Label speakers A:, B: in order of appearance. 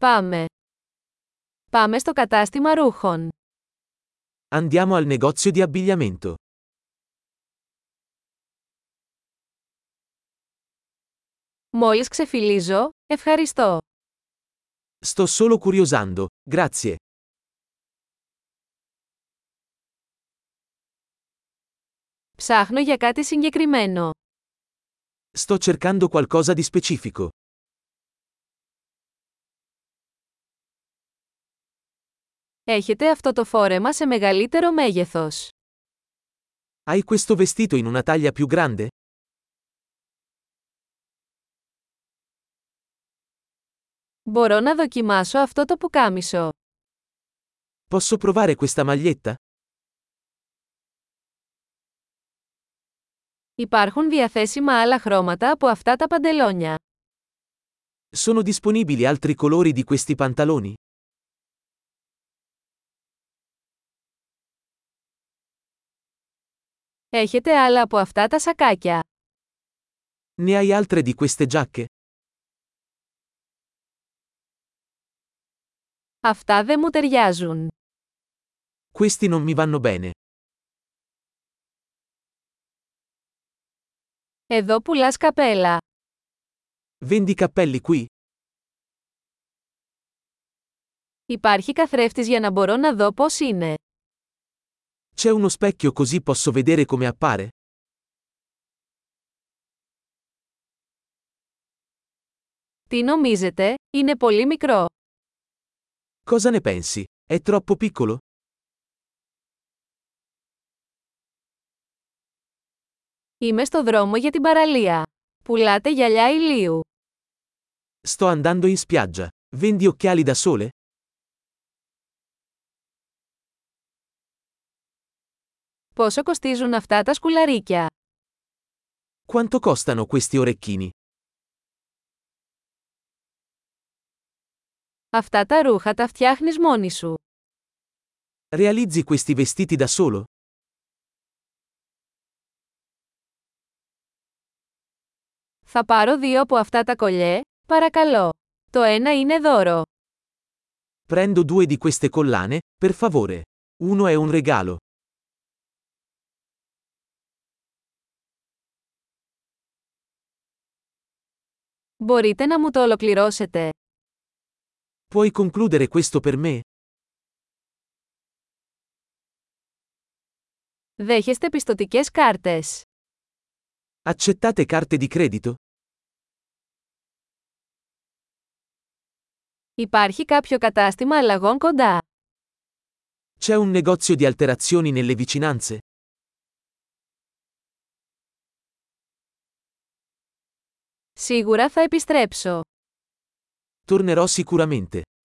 A: Πάμε. Πάμε στο κατάστημα ρούχων.
B: Andiamo al negozio di abbigliamento.
A: Μόλις ξεφυλίζω, ευχαριστώ.
B: Sto solo curiosando, grazie.
A: Ψάχνω για κάτι συγκεκριμένο.
B: Sto cercando qualcosa di specifico.
A: Έχετε αυτό το φόρεμα σε μεγαλύτερο μέγεθος.
B: Hai questo vestito in una taglia più grande?
A: Μπορώ να δοκιμάσω αυτό το πουκάμισο.
B: Posso provare questa maglietta?
A: Υπάρχουν διαθέσιμα άλλα χρώματα από αυτά τα παντελόνια.
B: Sono disponibili altri colori di questi pantaloni?
A: Έχετε άλλα από αυτά τα σακάκια.
B: Ne hai altre di queste giacche?
A: Αυτά δεν μου ταιριάζουν.
B: Questi non mi vanno bene.
A: Εδώ πουλάς καπέλα.
B: Vendi cappelli qui?
A: Υπάρχει καθρέφτης για να μπορώ να δω πώς είναι.
B: C'è uno specchio così posso vedere come appare?
A: Τι νομίζετε, είναι πολύ μικρό.
B: Cosa ne pensi? È troppo piccolo?
A: Είμαι στο δρόμο για την παραλία. Πουλάτε γυαλιά ηλίου.
B: Sto andando in spiaggia. Vendi occhiali da sole?
A: Πόσο κοστίζουν αυτά τα σκουλαρίκια.
B: Quanto costano questi orecchini?
A: Αυτά τα ρούχα τα φτιάχνεις μόνη σου.
B: Realizzi questi vestiti da solo?
A: Θα πάρω δύο από αυτά τα κολλιέ, παρακαλώ. Το ένα είναι δώρο.
B: Prendo due di queste collane, per favore. Uno è un regalo.
A: Μπορείτε να μου το ολοκληρώσετε.
B: Puoi concludere questo per me?
A: Δέχεστε πιστοτικές κάρτες.
B: Accettate carte di credito?
A: Υπάρχει κάποιο κατάστημα αλλαγών κοντά.
B: C'è un negozio di alterazioni nelle vicinanze?
A: Σίγουρα θα επιστρέψω.
B: Tornerò sicuramente.